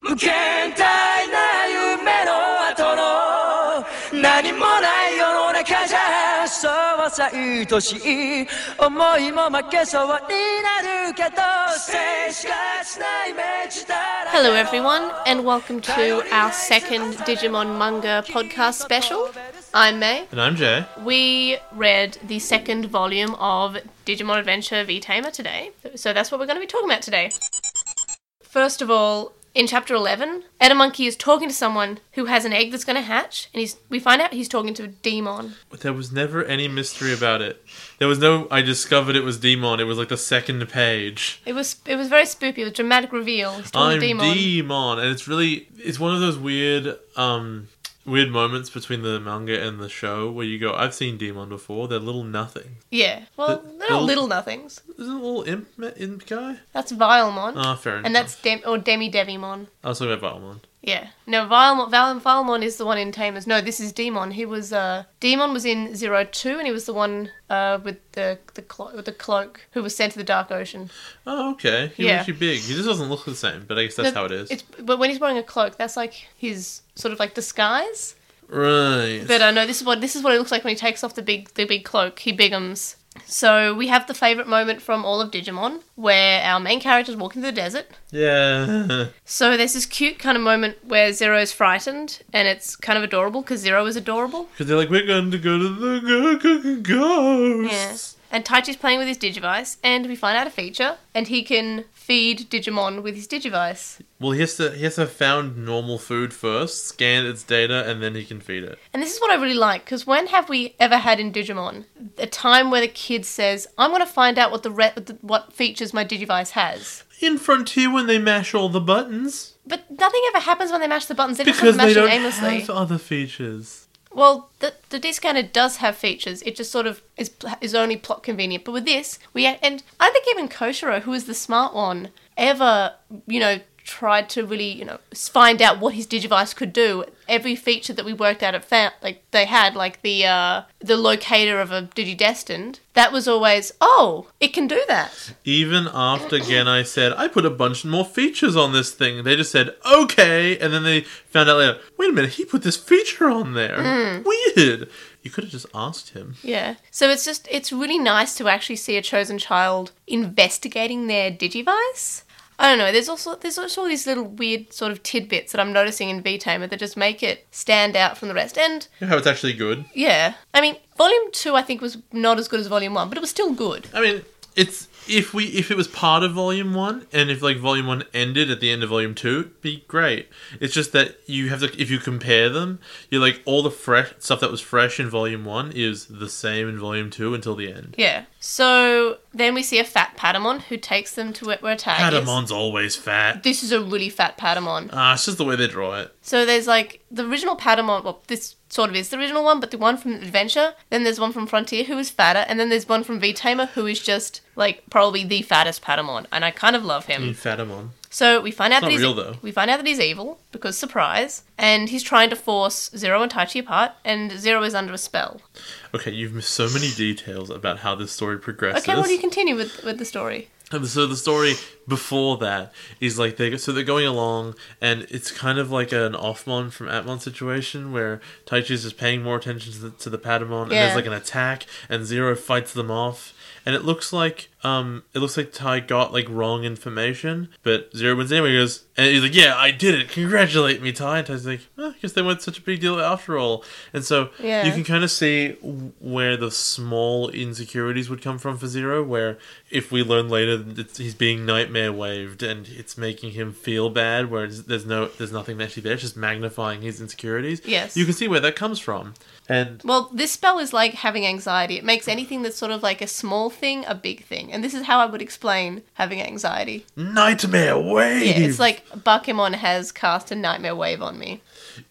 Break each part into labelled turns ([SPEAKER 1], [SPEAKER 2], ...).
[SPEAKER 1] 無限大な夢の後の何もない世の中じゃそうさ愛しい思いも負けそうになるけど静しかしないイメージだらけ
[SPEAKER 2] Hello, everyone, and welcome to our second Digimon manga podcast special. I'm May.
[SPEAKER 3] And I'm Jay.
[SPEAKER 2] We read the second volume of Digimon Adventure V Tamer today, so that's what we're going to be talking about today. First of all, in chapter 11, Monkey is talking to someone who has an egg that's going to hatch, and he's, we find out he's talking to a demon.
[SPEAKER 3] There was never any mystery about it. There was no. I discovered it was Demon. It was like the second page.
[SPEAKER 2] It was it was very spoopy, it was a dramatic reveal. He's talking
[SPEAKER 3] I'm
[SPEAKER 2] to a Oh, demon.
[SPEAKER 3] Demon. and it's really it's one of those weird um weird moments between the manga and the show where you go, I've seen Demon before. They're little nothing.
[SPEAKER 2] yeah, well,
[SPEAKER 3] The-
[SPEAKER 2] they're not
[SPEAKER 3] the-
[SPEAKER 2] little nothings.
[SPEAKER 3] Is it a little imp, imp guy?
[SPEAKER 2] That's Vilemon,
[SPEAKER 3] Ah, fair enough.
[SPEAKER 2] and that's Dem- or Demi Devimon.
[SPEAKER 3] I was talking about Balmon.
[SPEAKER 2] Yeah. No, Vilemon, Val- Vilemon is the one in Tamers. No, this is Demon. He was uh Demon was in Zero Two, and he was the one uh with the the clo- with the cloak who was sent to the Dark Ocean.
[SPEAKER 3] Oh, okay. He
[SPEAKER 2] Yeah.
[SPEAKER 3] was actually big. He just doesn't look the same, but I guess that's
[SPEAKER 2] No,
[SPEAKER 3] how it is.
[SPEAKER 2] It's but when he's wearing a cloak, that's like his sort of like disguise.
[SPEAKER 3] right.
[SPEAKER 2] But uh, no, this is what this is what it looks like when he takes off the big the big cloak. He bigums. So we have the favorite moment from all of Digimon, where our main character is walking through the desert.
[SPEAKER 3] yeah.
[SPEAKER 2] So there's this cute kind of moment where Zero's frightened, and it's kind of adorable because Zero is adorable.
[SPEAKER 3] Because they're like, we're going to go to the go- go- go-
[SPEAKER 2] Yeah.
[SPEAKER 3] ghosts.
[SPEAKER 2] And Taichi's playing with his Digivice, and we find out a feature, and he can feed Digimon with his Digivice.
[SPEAKER 3] Well, he has to he has to have found normal food first, scan its data, and then he can feed it.
[SPEAKER 2] And this is what I really like, because when have we ever had in Digimon a time where the kid says, I'm going to find out what the re- what features my Digivice has?
[SPEAKER 3] In Frontier, when they mash all the buttons,
[SPEAKER 2] But nothing ever happens when they mash the buttons. They just
[SPEAKER 3] because
[SPEAKER 2] sort
[SPEAKER 3] they
[SPEAKER 2] of mash
[SPEAKER 3] don't
[SPEAKER 2] it aimlessly.
[SPEAKER 3] have other features.
[SPEAKER 2] Well, the the D scanner does have features. It just sort of is is only plot convenient. But with this, we and I don't think even Koshiro, who is the smart one, ever you know tried to really you know s- find out what his digivice could do. Every feature that we worked out at found like they had like the uh, the locator of a digidestined that was always oh it can do that.
[SPEAKER 3] Even after Genai said, "I put a bunch more features on this thing," they just said, "Okay," and then they found out later. Wait a minute, he put this feature on there. Weird. You could have just asked him.
[SPEAKER 2] Yeah. So it's just it's really nice to actually see a chosen child investigating their digivice. I don't know. There's also there's also all these little weird sort of tidbits that I'm noticing in VTamer that just make it stand out from the rest. And
[SPEAKER 3] You know how it's actually good.
[SPEAKER 2] yeah, I mean, Volume Two I think was not as good as Volume One, but it was still good.
[SPEAKER 3] I mean, it's if we if it was part of volume one, and if like volume one ended at the end of volume two, it'd be great. It's just that you have to if you compare them, you're like all the fresh stuff that was fresh in volume one is the same in volume two until the end.
[SPEAKER 2] Yeah. So then we see a fat Patamon who takes them to where, where Tag is.
[SPEAKER 3] Patamon's always fat.
[SPEAKER 2] This is a really fat Patamon.
[SPEAKER 3] Ah, it's just the way they draw it.
[SPEAKER 2] So there's like the original Patamon. Well, this sort of is the original one, but the one from Adventure. Then there's one from Frontier who is fatter, and then there's one from V Tamer who is just like probably the fattest Patamon, and I kind of love him.
[SPEAKER 3] In Fatamon.
[SPEAKER 2] So we find out that
[SPEAKER 3] Hmm. not
[SPEAKER 2] he's
[SPEAKER 3] real, though.
[SPEAKER 2] we find out that he's evil because surprise, and he's trying to force Zero and Taichi apart, and Zero is under a spell.
[SPEAKER 3] Okay, you've missed so many details about how this story progresses.
[SPEAKER 2] Okay, well, you continue with with the story.
[SPEAKER 3] And so the story before that is like they so they're going along and it's kind of like an offmon from atmon situation where Taichi's is paying more attention to the, to the patamon and
[SPEAKER 2] Yeah.
[SPEAKER 3] there's like an attack and zero fights them off and it looks like um it looks like tai got like wrong information but zero wins anyway he goes and he's like yeah i did it congratulate me tai and tai's like "Oh, i guess they weren't such a big deal after all and so
[SPEAKER 2] Yeah.
[SPEAKER 3] you can kind of see where the small insecurities would come from for Zero, where if we learn later that it's, he's being nightmare waved and it's making him feel bad, whereas there's no, there's nothing actually there, it's just magnifying his insecurities.
[SPEAKER 2] Yes.
[SPEAKER 3] you can see where that comes from, and
[SPEAKER 2] Well, this spell is like having anxiety. It makes anything that's sort of like a small thing a big thing, and this is how I would explain having anxiety.
[SPEAKER 3] nightmare wave.
[SPEAKER 2] Yeah, it's like Bakemon has cast a nightmare wave on me.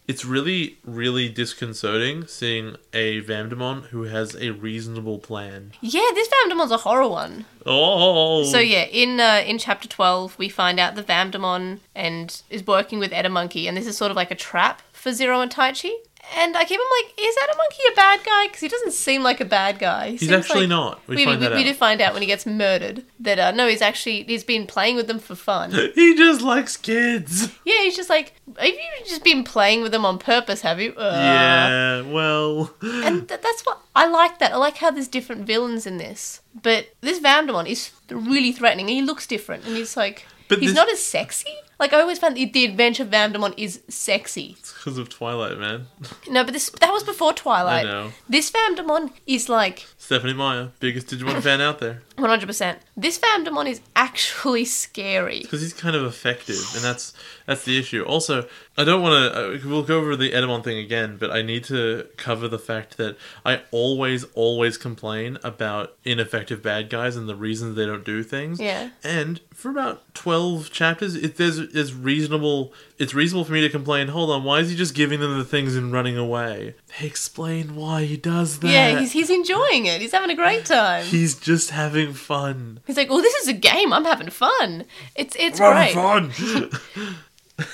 [SPEAKER 3] it's really, really disconcerting seeing a Vamdemon who has a reasonable plan.
[SPEAKER 2] Yeah, this Vamdemon's a horror one.
[SPEAKER 3] Oh,
[SPEAKER 2] So yeah, in uh, in chapter twelve, we find out the Vamdemon and is working with Monkey, and this is sort of like a trap for Zero and Taichi. And I keep on like, is that a monkey a bad guy? Because he doesn't seem like a bad guy. He
[SPEAKER 3] He's
[SPEAKER 2] seems
[SPEAKER 3] actually
[SPEAKER 2] like-
[SPEAKER 3] not. We,
[SPEAKER 2] We, we,
[SPEAKER 3] find that
[SPEAKER 2] we
[SPEAKER 3] out.
[SPEAKER 2] do find out when he gets murdered that uh, no, he's actually he's been playing with them for fun.
[SPEAKER 3] He just likes kids.
[SPEAKER 2] yeah, he's just like, have you just been playing with them on purpose? Have you? Uh,
[SPEAKER 3] yeah, well.
[SPEAKER 2] and th- that's what I like. That I like how there's different villains in this, but this Vandermon is really threatening. and He looks different, and he's like,
[SPEAKER 3] But
[SPEAKER 2] he's
[SPEAKER 3] this-
[SPEAKER 2] not as sexy. Like I always found the, the adventure Vandermon is sexy.
[SPEAKER 3] Because of Twilight, man.
[SPEAKER 2] No, but this that was before Twilight.
[SPEAKER 3] I know.
[SPEAKER 2] This Vandermon is like
[SPEAKER 3] Stephanie Meyer, biggest Digimon fan out there.
[SPEAKER 2] 100%. This Vandermon is actually scary.
[SPEAKER 3] Because he's kind of effective, and that's that's the issue. Also, I don't want to. We'll go over the Edamon thing again, but I need to cover the fact that I always, always complain about ineffective bad guys and the reasons they don't do things.
[SPEAKER 2] Yeah.
[SPEAKER 3] And for about twelve chapters, it, there's is reasonable. It's reasonable for me to complain. Hold on, why is he just giving them the things and running away? They explain why he does that.
[SPEAKER 2] Yeah, he's, he's enjoying it. He's having a great time.
[SPEAKER 3] he's just having fun.
[SPEAKER 2] He's like, "Oh, this is a game. I'm having fun. It's it's great."
[SPEAKER 3] Fun.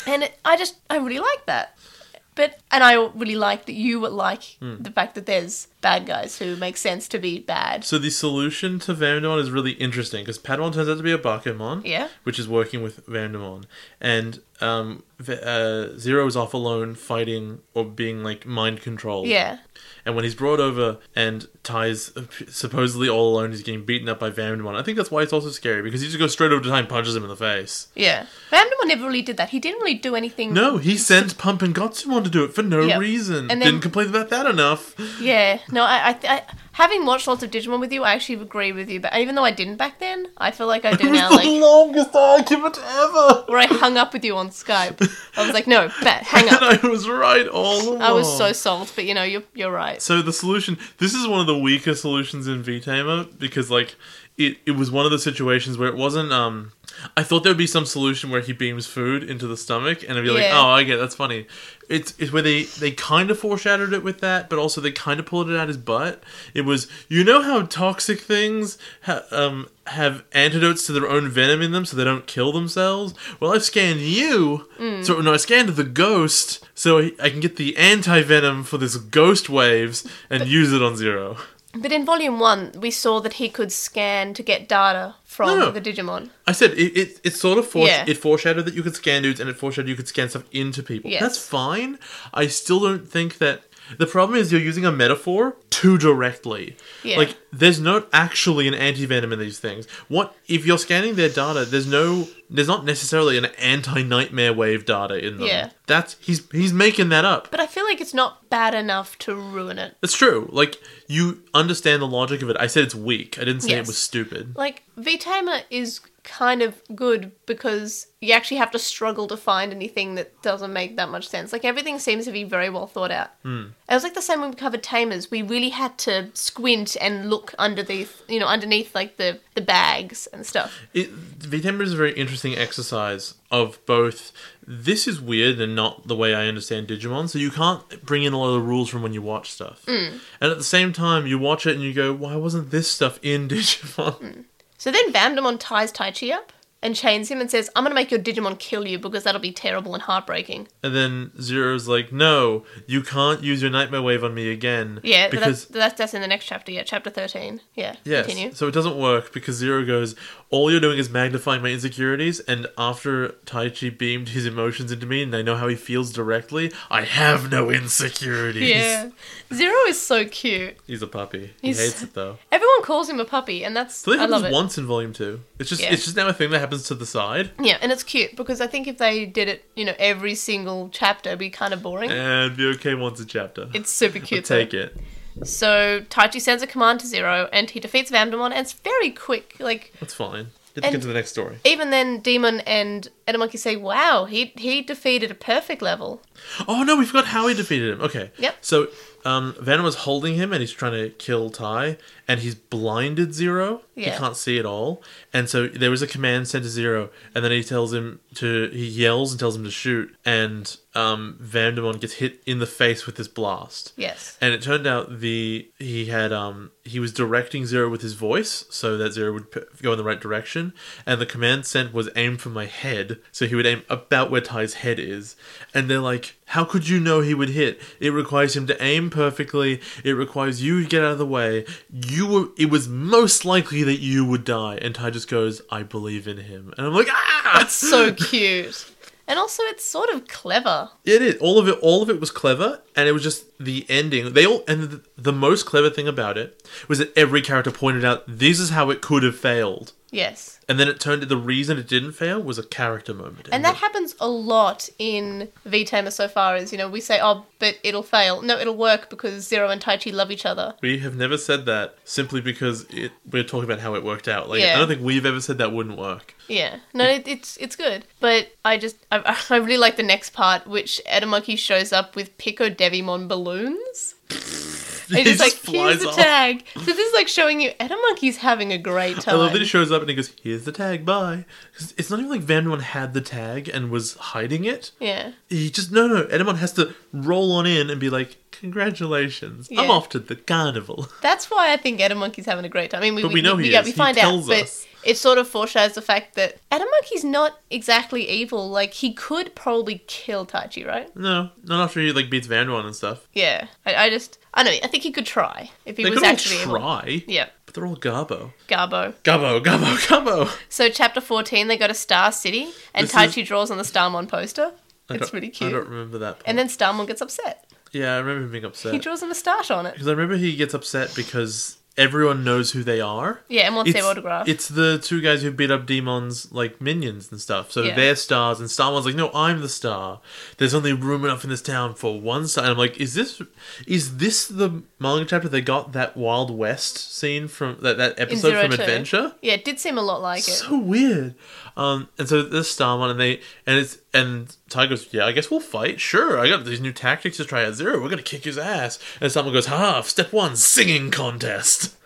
[SPEAKER 2] And it, I just I really like that. But and I really like that you like
[SPEAKER 3] Hmm.
[SPEAKER 2] the fact that there's bad guys who make sense to be bad.
[SPEAKER 3] So the solution to Vandermon is really interesting because Padmon turns out to be a Bakemon,
[SPEAKER 2] Yeah.
[SPEAKER 3] which is working with Vandermon, and um, V- uh, Zero is off alone fighting or being like mind controlled.
[SPEAKER 2] Yeah.
[SPEAKER 3] And when he's brought over and Ty's supposedly all alone, he's getting beaten up by Vandermon. I think that's why it's also scary because he just goes straight over to Ty and punches him in the face.
[SPEAKER 2] Yeah. Vandermon never really did that. He didn't really do anything.
[SPEAKER 3] No, he sent Pump and Gotsumon to do it for no
[SPEAKER 2] Yep.
[SPEAKER 3] reason.
[SPEAKER 2] And then-
[SPEAKER 3] Didn't complain about that enough.
[SPEAKER 2] Yeah, no, I, I, th- I, having watched lots of Digimon with you, I actually agree with you. But even though I didn't back then, I feel like I do
[SPEAKER 3] It was
[SPEAKER 2] now.
[SPEAKER 3] the
[SPEAKER 2] Like
[SPEAKER 3] longest argument ever.
[SPEAKER 2] where I hung up with you on Skype, I was like, no, bet, hang
[SPEAKER 3] And
[SPEAKER 2] up.
[SPEAKER 3] I was right all along.
[SPEAKER 2] I was so sold, but you know, you're you're right.
[SPEAKER 3] So the solution, this is one of the weaker solutions in VTamer because like it, it was one of the situations where it wasn't. Um, I thought there would be some solution where he beams food into the stomach, and I'd be like,
[SPEAKER 2] Yeah.
[SPEAKER 3] oh, okay, that's funny. It's it's where they they kind of foreshadowed it with that, but also they kind of pulled it out his butt. It was you know how toxic things ha- um have antidotes to their own venom in them, so they don't kill themselves. Well, I've scanned you, so no, I scanned the ghost, so I I can get the anti venom for this ghost waves and use it on zero.
[SPEAKER 2] But in Volume One, we saw that he could scan to get data from
[SPEAKER 3] No.
[SPEAKER 2] the Digimon.
[SPEAKER 3] I said it. It, it sort of fore-
[SPEAKER 2] Yeah.
[SPEAKER 3] it foreshadowed that you could scan dudes, and it foreshadowed you could scan stuff into people.
[SPEAKER 2] Yes.
[SPEAKER 3] That's fine. I still don't think that the problem is you're using a metaphor too directly.
[SPEAKER 2] Yeah.
[SPEAKER 3] Like there's not actually an anti venom in these things. What if you're scanning their data? There's no. There's not necessarily an anti nightmare wave data in them.
[SPEAKER 2] Yeah.
[SPEAKER 3] That's he's he's making that up.
[SPEAKER 2] But I feel like it's not bad enough to ruin it.
[SPEAKER 3] It's true. Like you understand the logic of it. I said it's weak. I didn't say
[SPEAKER 2] Yes.
[SPEAKER 3] it was stupid.
[SPEAKER 2] Like VTamer is kind of good because you actually have to struggle to find anything that doesn't make that much sense. Like everything seems to be very well thought out.
[SPEAKER 3] Hmm.
[SPEAKER 2] Mm. It was like the same when we covered Tamers. We really had to squint and look under the, you know, underneath like the the bags and stuff.
[SPEAKER 3] It, VTamer is a very interesting exercise of both. This is weird and not the way I understand Digimon, so you can't bring in a lot of the rules from when you watch stuff.
[SPEAKER 2] Mm.
[SPEAKER 3] And at the same time, you watch it and you go, why wasn't this stuff in Digimon?
[SPEAKER 2] Mm. So then Vamdemon ties Tai Chi up and chains him and says, "I'm going to make your Digimon kill you because that'll be terrible and heartbreaking."
[SPEAKER 3] And then Zero's like, no, you can't use your Nightmare Wave on me again.
[SPEAKER 2] Yeah, but
[SPEAKER 3] because.
[SPEAKER 2] that's, that's that's in the next chapter. Yeah, chapter thirteen. Yeah,
[SPEAKER 3] Yes.
[SPEAKER 2] continue.
[SPEAKER 3] So it doesn't work because Zero goes, All you're doing is magnifying my insecurities, and after Tai Chi beamed his emotions into me and I know how he feels directly, I have no insecurities.
[SPEAKER 2] Yeah, Zero is so cute.
[SPEAKER 3] He's a puppy. He
[SPEAKER 2] He's-
[SPEAKER 3] hates it though.
[SPEAKER 2] Everyone calls him a puppy, and that's
[SPEAKER 3] So that
[SPEAKER 2] I love it.
[SPEAKER 3] happens once in Volume Two. It's just
[SPEAKER 2] Yeah.
[SPEAKER 3] it's just now a thing that happens to the side.
[SPEAKER 2] Yeah, and it's cute because I think if they did it, you know, every single chapter, it'd be kind of boring.
[SPEAKER 3] And be okay once a chapter.
[SPEAKER 2] It's super cute.
[SPEAKER 3] Take it.
[SPEAKER 2] it. So Taichi sends a command to Zero, and he defeats Vamdemon, and it's very quick. Like
[SPEAKER 3] That's fine. Let's
[SPEAKER 2] And-
[SPEAKER 3] get to the next story.
[SPEAKER 2] even then, Demon and Edamonkey say, "Wow, he he defeated a perfect level."
[SPEAKER 3] Oh no, we forgot how he defeated him. Okay.
[SPEAKER 2] Yep.
[SPEAKER 3] So Um, Venom was holding him and he's trying to kill Ty, and he's blinded Zero.
[SPEAKER 2] Yeah.
[SPEAKER 3] He can't see at all. And so there was a command sent to Zero, and then he tells him to, he yells and tells him to shoot, and um, Vandemon gets hit in the face with this blast.
[SPEAKER 2] Yes.
[SPEAKER 3] And it turned out the he had um he was directing Zero with his voice so that Zero would p- go in the right direction, and the command sent was aim for my head, so he would aim about where Ty's head is, and they're like, how could you know he would hit? It requires him to aim perfectly. It requires you to get out of the way. You were it was most likely that you would die, and Ty just goes, I believe in him, and I'm like, ah, it's
[SPEAKER 2] So cute. And also, it's sort of clever.
[SPEAKER 3] It is all of it. All of it was clever, and it was just the ending. They all and the, the most clever thing about it was that every character pointed out this is how it could have failed,
[SPEAKER 2] Yes.
[SPEAKER 3] and then it turned the reason it didn't fail was a character moment.
[SPEAKER 2] And that happens a lot in V-Tamer so far as, you know, we say, oh, but it'll fail. No, it'll work because Zero and Tai Chi love each other.
[SPEAKER 3] we have never said that simply because it, we're talking about how it worked out. Like
[SPEAKER 2] Yeah.
[SPEAKER 3] I don't think we've ever said that wouldn't work.
[SPEAKER 2] Yeah, no, it, it's it's good, but I just I, I really like the next part, which Edamaki shows up with Pico Devimon balloons. And he's
[SPEAKER 3] just
[SPEAKER 2] like,
[SPEAKER 3] flies
[SPEAKER 2] here's the
[SPEAKER 3] off."
[SPEAKER 2] tag. So this is like showing you Edamonkey's having a great time.
[SPEAKER 3] I love that he shows up and he goes, "Here's the tag, bye." 'Cause It's not even like Vanderman had the tag and was hiding it.
[SPEAKER 2] yeah,
[SPEAKER 3] He just no no. Edamon has to roll on in and be like, "Congratulations,
[SPEAKER 2] Yeah.
[SPEAKER 3] I'm off to the carnival."
[SPEAKER 2] that's why I think Edamonkey's having a great time. I mean, we,
[SPEAKER 3] But we know he
[SPEAKER 2] yeah,
[SPEAKER 3] is.
[SPEAKER 2] we
[SPEAKER 3] He
[SPEAKER 2] find out,
[SPEAKER 3] tells
[SPEAKER 2] but
[SPEAKER 3] us.
[SPEAKER 2] it sort of foreshadows the fact that Edamonkey's not exactly evil. Like he could probably kill Taichi, right?
[SPEAKER 3] No, not after he like beats Vanderwan and stuff.
[SPEAKER 2] Yeah, I, I just I don't know. I think he could try if he
[SPEAKER 3] They
[SPEAKER 2] was
[SPEAKER 3] could all
[SPEAKER 2] actually evil.
[SPEAKER 3] try,
[SPEAKER 2] Yeah,
[SPEAKER 3] but they're all Garbo.
[SPEAKER 2] Garbo.
[SPEAKER 3] Garbo, Garbo, Garbo.
[SPEAKER 2] So chapter fourteen, they go to Star City, and
[SPEAKER 3] This
[SPEAKER 2] Tai
[SPEAKER 3] is-
[SPEAKER 2] Chi draws on the Starmon poster.
[SPEAKER 3] I
[SPEAKER 2] It's
[SPEAKER 3] don't-
[SPEAKER 2] really
[SPEAKER 3] I
[SPEAKER 2] cute.
[SPEAKER 3] don't remember that. Part.
[SPEAKER 2] And then Starmon gets upset.
[SPEAKER 3] yeah, I remember him being
[SPEAKER 2] He
[SPEAKER 3] upset
[SPEAKER 2] draws a moustache on it.
[SPEAKER 3] because I remember he gets upset because everyone knows who they are.
[SPEAKER 2] Yeah, and wants
[SPEAKER 3] It's,
[SPEAKER 2] their autograph.
[SPEAKER 3] it's the two guys who beat up demons like minions and stuff. So
[SPEAKER 2] Yeah.
[SPEAKER 3] they're stars, and Star One's like, "No, I'm the star. There's only room enough in this town for one star." And I'm like, "Is this is this the manga chapter they got that Wild West scene from that that
[SPEAKER 2] in
[SPEAKER 3] episode
[SPEAKER 2] Zero
[SPEAKER 3] from
[SPEAKER 2] Two.
[SPEAKER 3] Adventure?"
[SPEAKER 2] Yeah, it did seem a lot like it.
[SPEAKER 3] so weird. Um, and so this Starmon and they and it's and Ty goes, yeah, I guess we'll fight. Sure, I got these new tactics to try out. Zero, we're gonna kick his ass. And Starmon goes, ha! Step one, singing contest.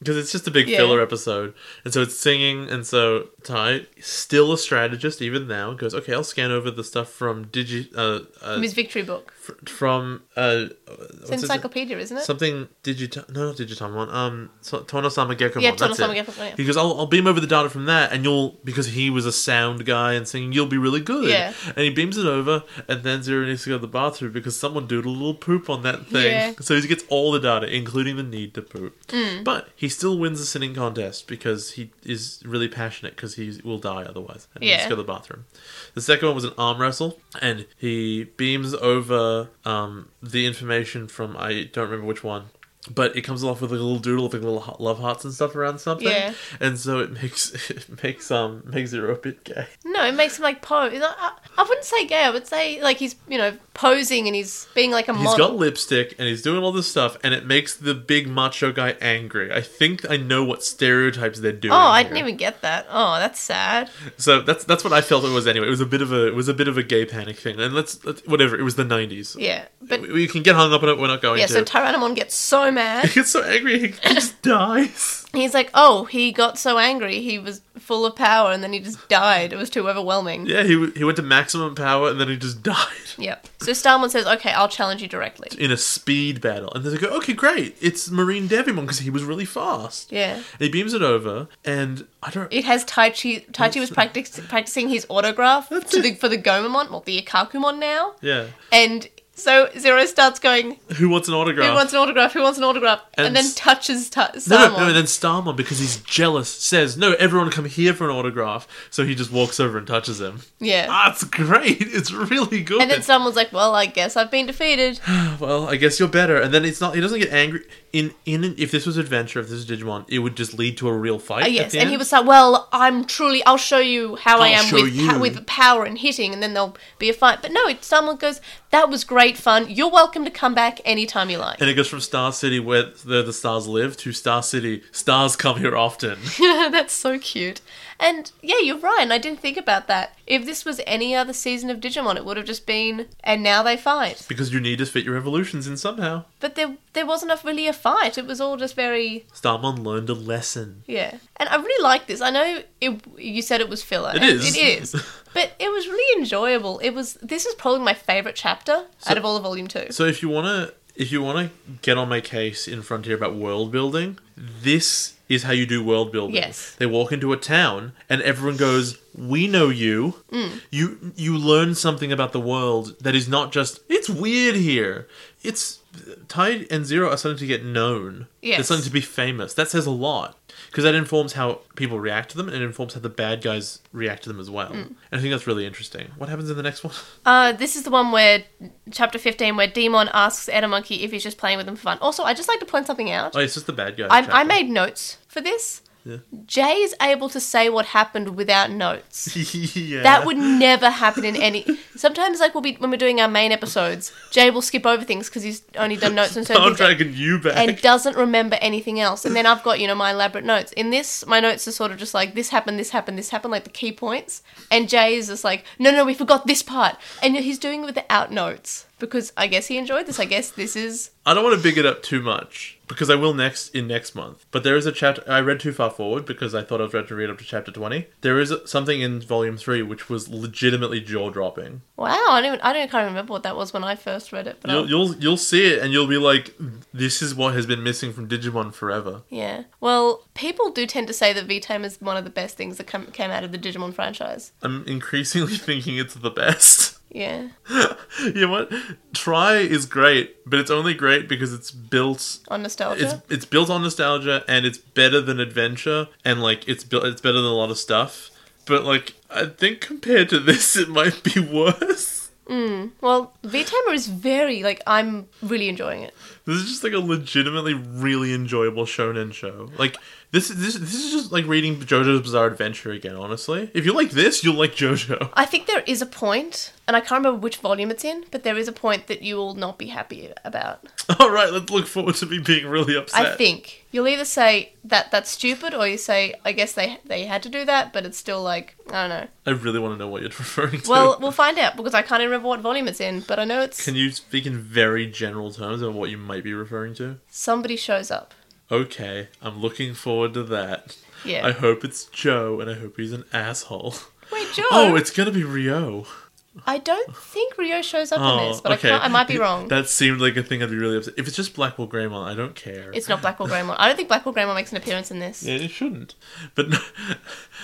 [SPEAKER 3] Because it's just a big
[SPEAKER 2] Yeah.
[SPEAKER 3] filler episode, and so it's singing, and so Ty, still a strategist even now, goes, okay, I'll scan over the stuff from Digi, uh, uh
[SPEAKER 2] From his victory book.
[SPEAKER 3] fr- from uh,
[SPEAKER 2] It's
[SPEAKER 3] what's his-
[SPEAKER 2] encyclopedia, isn't it?
[SPEAKER 3] Something digital, no, not digital one. Um, so, Tonosama Gekko.
[SPEAKER 2] Yeah,
[SPEAKER 3] one, that's
[SPEAKER 2] Tonosama
[SPEAKER 3] it.
[SPEAKER 2] Gekkomon, yeah.
[SPEAKER 3] He goes, I'll, I'll beam over the data from that, and you'll because he was a sound guy and singing, you'll be really good.
[SPEAKER 2] Yeah.
[SPEAKER 3] And he beams it over, and then Zero needs to go to the bathroom because someone doodled a little poop on that thing.
[SPEAKER 2] Yeah.
[SPEAKER 3] So he gets all the data, including the need to poop.
[SPEAKER 2] Hmm.
[SPEAKER 3] But he still wins the singing contest because he is really passionate because he will die otherwise. And he needs
[SPEAKER 2] Yeah.
[SPEAKER 3] to go to the bathroom. The second one was an arm wrestle, and he beams over um, the information from I don't remember which one, but it comes off with like a little doodle of like little hot- love hearts and stuff around something.
[SPEAKER 2] Yeah.
[SPEAKER 3] And so it makes it makes um makes it a bit gay.
[SPEAKER 2] No, it makes him like pose. I, I wouldn't say gay. I would say like he's you know posing and he's being like a
[SPEAKER 3] He's
[SPEAKER 2] model.
[SPEAKER 3] got lipstick and he's doing all this stuff, and it makes the big macho guy angry. I think I know what stereotypes they're doing.
[SPEAKER 2] oh, I
[SPEAKER 3] here.
[SPEAKER 2] didn't even get that. Oh, that's sad.
[SPEAKER 3] So that's that's what I felt it was anyway. It was a bit of a it was a bit of a gay panic thing, and let's, let's whatever. It was the nineties.
[SPEAKER 2] Yeah, but
[SPEAKER 3] We, we can get hung up on it. We're not going
[SPEAKER 2] yeah.
[SPEAKER 3] to.
[SPEAKER 2] So Tyrannomon gets so mad.
[SPEAKER 3] He gets so angry, he just dies.
[SPEAKER 2] He's like, oh, he got so angry. He was full of power and then he just died. It was too overwhelming.
[SPEAKER 3] Yeah, he, w- he went to maximum power and then he just died
[SPEAKER 2] Yep. So Starmon says, okay, I'll challenge you directly.
[SPEAKER 3] in a speed battle. And then they go, okay, great. It's Marine Devimon because he was really fast.
[SPEAKER 2] Yeah.
[SPEAKER 3] He beams it over, and I don't.
[SPEAKER 2] It has Tai Chi. Tai Chi was practic- practicing his autograph to the, for the Gomamon, well, the Ikakumon now.
[SPEAKER 3] yeah.
[SPEAKER 2] And so Zero starts going,
[SPEAKER 3] Who wants an autograph?
[SPEAKER 2] who wants an autograph? Who wants an autograph? And,
[SPEAKER 3] And
[SPEAKER 2] then
[SPEAKER 3] s-
[SPEAKER 2] touches ta-
[SPEAKER 3] no,
[SPEAKER 2] Starmon.
[SPEAKER 3] no, no, and then Starmon, because he's jealous, says, No, everyone come here for an autograph. So he just walks over and touches him.
[SPEAKER 2] yeah.
[SPEAKER 3] That's great. It's really good.
[SPEAKER 2] and then someone's like, well, I guess I've been defeated.
[SPEAKER 3] well, I guess you're better. And then it's not. He doesn't get angry. In in if this was Adventure, if this was Digimon, it would just lead to a real fight.
[SPEAKER 2] Uh,
[SPEAKER 3] at
[SPEAKER 2] yes,
[SPEAKER 3] the
[SPEAKER 2] and
[SPEAKER 3] end.
[SPEAKER 2] he was like, "Well, I'm truly. I'll show you how I
[SPEAKER 3] I'll
[SPEAKER 2] am
[SPEAKER 3] show
[SPEAKER 2] with
[SPEAKER 3] you."
[SPEAKER 2] pa- with power and hitting, and then there'll be a fight." But no, it, someone goes, "That was great fun. You're welcome to come back anytime you like."
[SPEAKER 3] And it goes from Star City, where the, the stars live, to Star City, stars come here often.
[SPEAKER 2] That's so cute. And yeah, you're right. And I didn't think about that. If this was any other season of Digimon, it would have just been and now they fight.
[SPEAKER 3] Because you need to fit your evolutions in somehow.
[SPEAKER 2] But there there wasn't a, really a fight. It was all just very
[SPEAKER 3] Starmon learned a lesson.
[SPEAKER 2] yeah. And I really like this. I know it, you said it was filler.
[SPEAKER 3] It
[SPEAKER 2] and
[SPEAKER 3] is.
[SPEAKER 2] It is. But it was really enjoyable. It was. This is probably my favorite chapter out of all of Volume Two.
[SPEAKER 3] So if you wanna if you wanna get on my case in Frontier about world building, this is how you do world building.
[SPEAKER 2] Yes.
[SPEAKER 3] They walk into a town and everyone goes, We know you.
[SPEAKER 2] Mm.
[SPEAKER 3] You you learn something about the world that is not just it's weird here. It's Tide and Zero are starting to get known.
[SPEAKER 2] Yes.
[SPEAKER 3] They're starting to be famous. That says a lot. Because that informs how people react to them and it informs how the bad guys react to them as well.
[SPEAKER 2] Mm.
[SPEAKER 3] And I think that's really interesting. What happens in the next one?
[SPEAKER 2] Uh, this is the one where chapter fifteen, where Demon asks Monkey if he's just playing with them for fun. Also, I just like to point something out.
[SPEAKER 3] Oh, it's just the bad guys.
[SPEAKER 2] I, I
[SPEAKER 3] chapter.
[SPEAKER 2] made notes for this.
[SPEAKER 3] Yeah.
[SPEAKER 2] Jay is able to say what happened without notes.
[SPEAKER 3] yeah.
[SPEAKER 2] That would never happen in any. Sometimes, like we'll be when we're doing our main episodes, Jay will skip over things because he's only done notes on certain
[SPEAKER 3] I'm
[SPEAKER 2] things
[SPEAKER 3] dragging you back.
[SPEAKER 2] and doesn't remember anything else. And then I've got you know my elaborate notes. In this, my notes are sort of just like this happened, this happened, this happened, like the key points. And Jay is just like, no, no, we forgot this part, and he's doing it without notes because I guess he enjoyed this. I guess this is
[SPEAKER 3] I don't want to big it up too much because I will next in next month. But there is a chapter I read too far forward because I thought I was ready to read up to chapter twenty. There is something in volume three which was legitimately jaw dropping.
[SPEAKER 2] wow. I don't even, I don't kind of remember what that was when I first read it, but I'll-
[SPEAKER 3] You'll, you'll you'll see it and you'll be like, this is what has been missing from Digimon forever.
[SPEAKER 2] Yeah. Well, people do tend to say that V-Tame is one of the best things that come, came out of the Digimon franchise.
[SPEAKER 3] I'm increasingly thinking it's the best.
[SPEAKER 2] Yeah.
[SPEAKER 3] you know what? Try is great, but it's only great because it's built
[SPEAKER 2] On nostalgia.
[SPEAKER 3] it's it's built on nostalgia and it's better than adventure and like it's built it's better than a lot of stuff but like i think compared to this it might be worse
[SPEAKER 2] well, V-Tamer is very, like, I'm really enjoying it.
[SPEAKER 3] this is just like a legitimately really enjoyable shonen show like this this this is just like reading jojo's bizarre adventure again honestly if you like this you'll like jojo
[SPEAKER 2] I think there is a point, and I can't remember which volume it's in, but there is a point that you will not be happy about.
[SPEAKER 3] all right let's look forward to me being really upset
[SPEAKER 2] I think. You'll either say that that's stupid, or you say, I guess they they had to do that, but it's still like, I don't know.
[SPEAKER 3] i really want to know what you're referring to
[SPEAKER 2] Well, we'll find out, because I can't even remember what volume it's in, but I know it's
[SPEAKER 3] can you speak in very general terms on what you might be referring to
[SPEAKER 2] somebody shows up.
[SPEAKER 3] okay i'm looking forward to that
[SPEAKER 2] Yeah.
[SPEAKER 3] I hope it's Joe, and I hope he's an asshole.
[SPEAKER 2] Wait, Joe.
[SPEAKER 3] Oh, it's gonna be Rio.
[SPEAKER 2] I don't think Rio shows up in
[SPEAKER 3] Oh,
[SPEAKER 2] this, but
[SPEAKER 3] okay.
[SPEAKER 2] I, can't, I might be wrong.
[SPEAKER 3] That seemed like a thing I'd be really upset. If it's just Blackwell Greymon, I don't care.
[SPEAKER 2] It's not Blackwell Greymon. I don't think Blackwell Greymon makes an appearance in this.
[SPEAKER 3] yeah, it shouldn't. But no,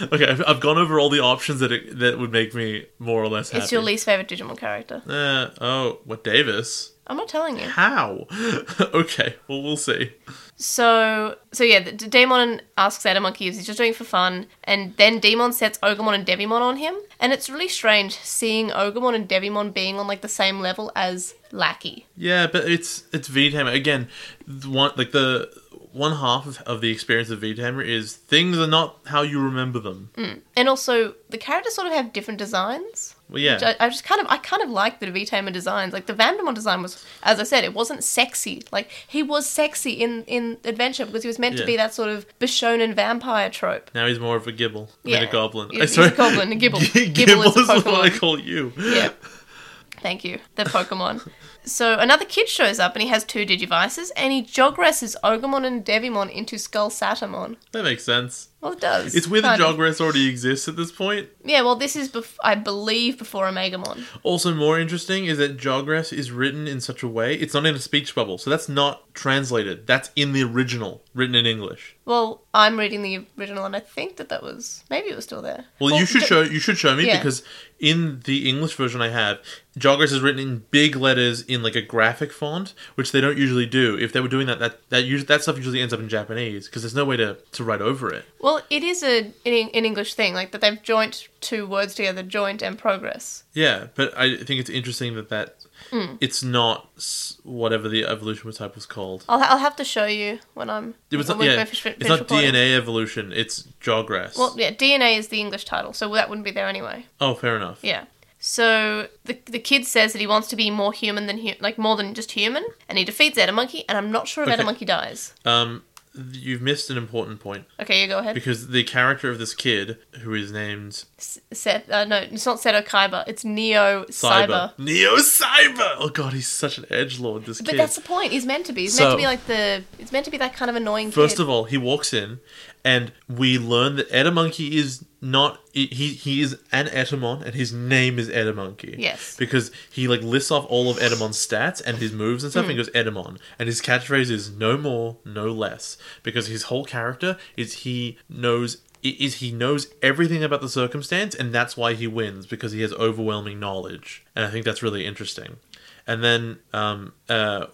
[SPEAKER 3] okay, I've, I've gone over all the options that it, that would make me more or less happy.
[SPEAKER 2] It's your least favorite Digimon character.
[SPEAKER 3] Uh, oh, what Davis?
[SPEAKER 2] I'm not telling you.
[SPEAKER 3] How? okay, well we'll see.
[SPEAKER 2] So, so yeah, the, the Daemon asks Monkey if he's just doing it for fun, and then Demon sets Ogamon and Devimon on him, and it's really strange seeing Ogamon and Devimon being on like the same level as Lackey.
[SPEAKER 3] Yeah, but it's it's V Tamer again. th- One like the one half of, of the experience of V Tamer is things are not how you remember them.
[SPEAKER 2] And also, the characters sort of have different designs.
[SPEAKER 3] Well, yeah.
[SPEAKER 2] which I, I just kind of I kind of like the Vitamer designs. Like the Vandermont design was, as I said, it wasn't sexy. Like he was sexy in in Adventure because he was meant
[SPEAKER 3] Yeah.
[SPEAKER 2] to be that sort of Bishonen vampire trope.
[SPEAKER 3] Now he's more of a gibble than
[SPEAKER 2] Yeah.
[SPEAKER 3] a goblin.
[SPEAKER 2] He's-
[SPEAKER 3] I
[SPEAKER 2] he's
[SPEAKER 3] swear-
[SPEAKER 2] a goblin, a gibble.
[SPEAKER 3] Gi-
[SPEAKER 2] Gibble is a
[SPEAKER 3] what I
[SPEAKER 2] Pokemon.
[SPEAKER 3] call you.
[SPEAKER 2] Yeah. Thank you. The Pokemon. so another kid shows up and he has two Digivices and he jogresses Ogamon and Devimon into Skull Satamon.
[SPEAKER 3] That makes sense.
[SPEAKER 2] Well, it does.
[SPEAKER 3] It's weird that
[SPEAKER 2] kind of.
[SPEAKER 3] Jogress already exists at this point.
[SPEAKER 2] Yeah. Well, this is bef- I believe before Omegamon.
[SPEAKER 3] Also, more interesting is that Jogress is written in such a way it's not in a speech bubble, so that's not translated. That's in the original, written in English.
[SPEAKER 2] Well, I'm reading the original and I think that that was maybe it was still there.
[SPEAKER 3] Well, you should
[SPEAKER 2] d-
[SPEAKER 3] show you should show me
[SPEAKER 2] yeah.
[SPEAKER 3] because in the English version I have, Jogress is written in big letters in like a graphic font, which they don't usually do. If they were doing that, that that usually, that stuff usually ends up in Japanese because there's no way to to write over it.
[SPEAKER 2] Well, it is a an, an English thing, like that they've joined two words together, joint and progress.
[SPEAKER 3] Yeah, but I think it's interesting that that
[SPEAKER 2] Hmm.
[SPEAKER 3] it's not s- whatever the evolution type was called.
[SPEAKER 2] I'll, I'll have to show you when I'm.
[SPEAKER 3] It was
[SPEAKER 2] when
[SPEAKER 3] not,
[SPEAKER 2] we
[SPEAKER 3] yeah,
[SPEAKER 2] finish- finish
[SPEAKER 3] it's not
[SPEAKER 2] recording.
[SPEAKER 3] DNA evolution. It's jawgrass.
[SPEAKER 2] Well, yeah, DNA is the English title, so that wouldn't be there anyway.
[SPEAKER 3] oh, fair enough.
[SPEAKER 2] Yeah. So the the kid says that he wants to be more human than hu- like more than just human, and he defeats Monkey, and I'm not sure if
[SPEAKER 3] Okay.
[SPEAKER 2] Monkey dies.
[SPEAKER 3] Um, you've missed an important point
[SPEAKER 2] Okay, you go ahead.
[SPEAKER 3] because the character of this kid, who is named
[SPEAKER 2] Set, uh, no, it's not Seto Kaiba. It's Neo Cyber.
[SPEAKER 3] Cyber, Neo Cyber. Oh god, he's such an edge lord. This
[SPEAKER 2] But
[SPEAKER 3] kid.
[SPEAKER 2] that's the point. He's meant to be. He's
[SPEAKER 3] So-
[SPEAKER 2] meant to be like the. It's meant to be that kind of annoying.
[SPEAKER 3] First
[SPEAKER 2] kid.
[SPEAKER 3] of all, he walks in, and we learn that Etamonkey is not he he is an Etamon, and his name is Etamonkey.
[SPEAKER 2] Yes.
[SPEAKER 3] because he like lists off all of Etamon's stats and his moves and
[SPEAKER 2] Hmm.
[SPEAKER 3] stuff, and goes Etamon, and his catchphrase is no more, no less, because his whole character is he knows i- is he knows everything about the circumstance, and that's why he wins because he has overwhelming knowledge, and I think that's really interesting. And then um uh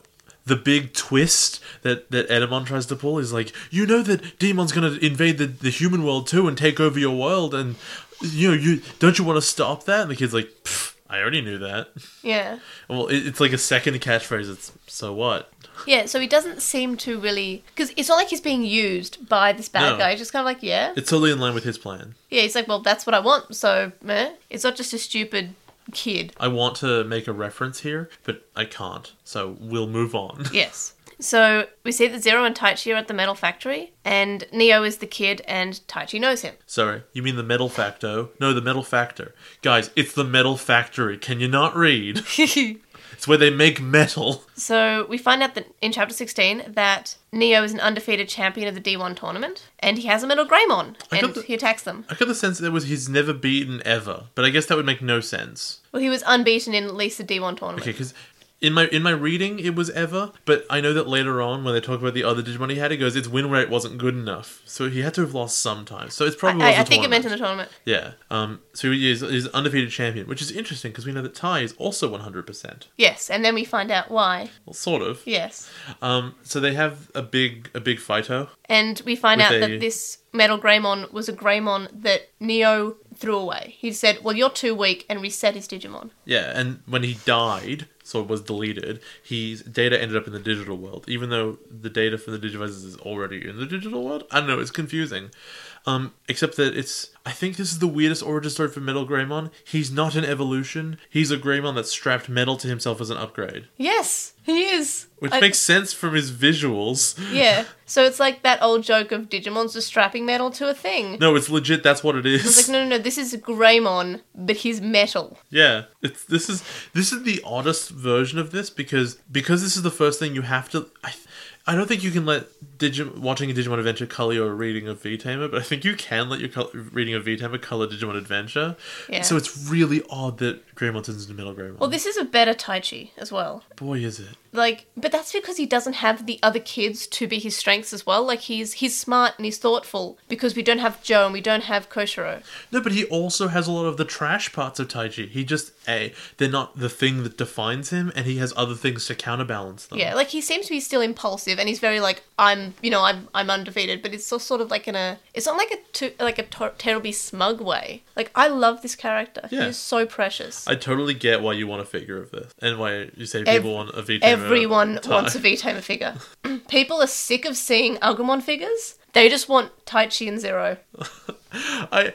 [SPEAKER 3] the big twist that that Edamon tries to pull is like, you know that Demon's gonna invade the, the human world too and take over your world, and you know you don't you want to stop that? And the kid's like, "Pfft, I already knew that.
[SPEAKER 2] yeah,
[SPEAKER 3] Well, it, it's like a second catchphrase. It's so what?
[SPEAKER 2] yeah. So he doesn't seem to really because it's not like he's being used by this bad
[SPEAKER 3] No.
[SPEAKER 2] guy. He's just kind of like, yeah,
[SPEAKER 3] It's totally in line with his plan.
[SPEAKER 2] yeah. He's like, well, that's what I want. So meh. it's not just a stupid kid.
[SPEAKER 3] I want to make a reference here, but I can't. So we'll move on.
[SPEAKER 2] Yes. So we see that Zero and Taichi are at the metal factory, and Neo is the kid, and Taichi knows him.
[SPEAKER 3] Sorry, you mean the metal facto? No, the metal factor. Guys, it's the metal factory. Can you not read? it's where they make metal.
[SPEAKER 2] So we find out that in chapter 16 that Neo is an undefeated champion of the D1 tournament, and he has a metal Greymon,
[SPEAKER 3] I got
[SPEAKER 2] and
[SPEAKER 3] the-
[SPEAKER 2] he attacks them.
[SPEAKER 3] I got the sense that was he's never beaten ever, but I guess that would make no sense.
[SPEAKER 2] Well, he was unbeaten in at least the D1 tournament.
[SPEAKER 3] Okay, because in my in my reading it was ever, but I know that later on when they talk about the other Digimon he had, it goes its win rate wasn't good enough, so he had to have lost sometimes. So it's probably was
[SPEAKER 2] I, I
[SPEAKER 3] a
[SPEAKER 2] think it meant in
[SPEAKER 3] tournament.
[SPEAKER 2] the tournament.
[SPEAKER 3] yeah. Um. So he is, is undefeated champion, which is interesting because we know that Tai is also one hundred percent.
[SPEAKER 2] Yes, and then we find out why.
[SPEAKER 3] Well, sort of.
[SPEAKER 2] Yes.
[SPEAKER 3] Um. So they have a big a big fighto.
[SPEAKER 2] And we find
[SPEAKER 3] With
[SPEAKER 2] out
[SPEAKER 3] a-
[SPEAKER 2] that this metal Greymon was a Greymon that Neo threw away. He said, Well, you're too weak, and reset his Digimon.
[SPEAKER 3] Yeah, and when he died, so it was deleted, his data ended up in the digital world, even though the data for the Digivices is already in the digital world. I don't know, it's confusing. Um, except that it's. I think this is the weirdest origin story for Metal Greymon. He's not an evolution. He's a Greymon that strapped metal to himself as an upgrade,
[SPEAKER 2] Yes, he is.
[SPEAKER 3] which
[SPEAKER 2] I-
[SPEAKER 3] makes sense from his visuals.
[SPEAKER 2] Yeah. So it's like that old joke of Digimon's just strapping metal to a thing.
[SPEAKER 3] No, it's legit. That's what it
[SPEAKER 2] It's like,
[SPEAKER 3] is.
[SPEAKER 2] no, no, no, this is Greymon, but he's metal.
[SPEAKER 3] Yeah, it's this is this is the oddest version of this because because this is the first thing you have to. I, th- I don't think you can let Digim watching a Digimon Adventure color your reading of V Tamer, but I think you can let your col- reading of V Tamer color Digimon Adventure.
[SPEAKER 2] Yeah.
[SPEAKER 3] So it's really odd that Greymon turns into Metal Greymon.
[SPEAKER 2] Well, this is a better Tai Chi as well.
[SPEAKER 3] Boy, is it!
[SPEAKER 2] Like, but that's because he doesn't have the other kids to be his strengths as well. Like, he's he's smart and he's thoughtful because we don't have Joe and we don't have Koshiro.
[SPEAKER 3] No, but he also has a lot of the trash parts of Taiji. He just a they're not the thing that defines him, and he has other things to counterbalance them.
[SPEAKER 2] Yeah, like he seems to be still impulsive and he's very like I'm, you know, I'm I'm undefeated, but it's still sort of like in a it's not like a to, like a tor- terribly smug way. Like I love this character.
[SPEAKER 3] Yeah.
[SPEAKER 2] He's so precious.
[SPEAKER 3] I totally get why you want a figure of this, and why you say people
[SPEAKER 2] Ev-
[SPEAKER 3] want a VTamer.
[SPEAKER 2] Everyone
[SPEAKER 3] tie.
[SPEAKER 2] wants a V-Tamer figure. People are sick of seeing Agumon figures. They just want Tai Chi and Zero.
[SPEAKER 3] I I-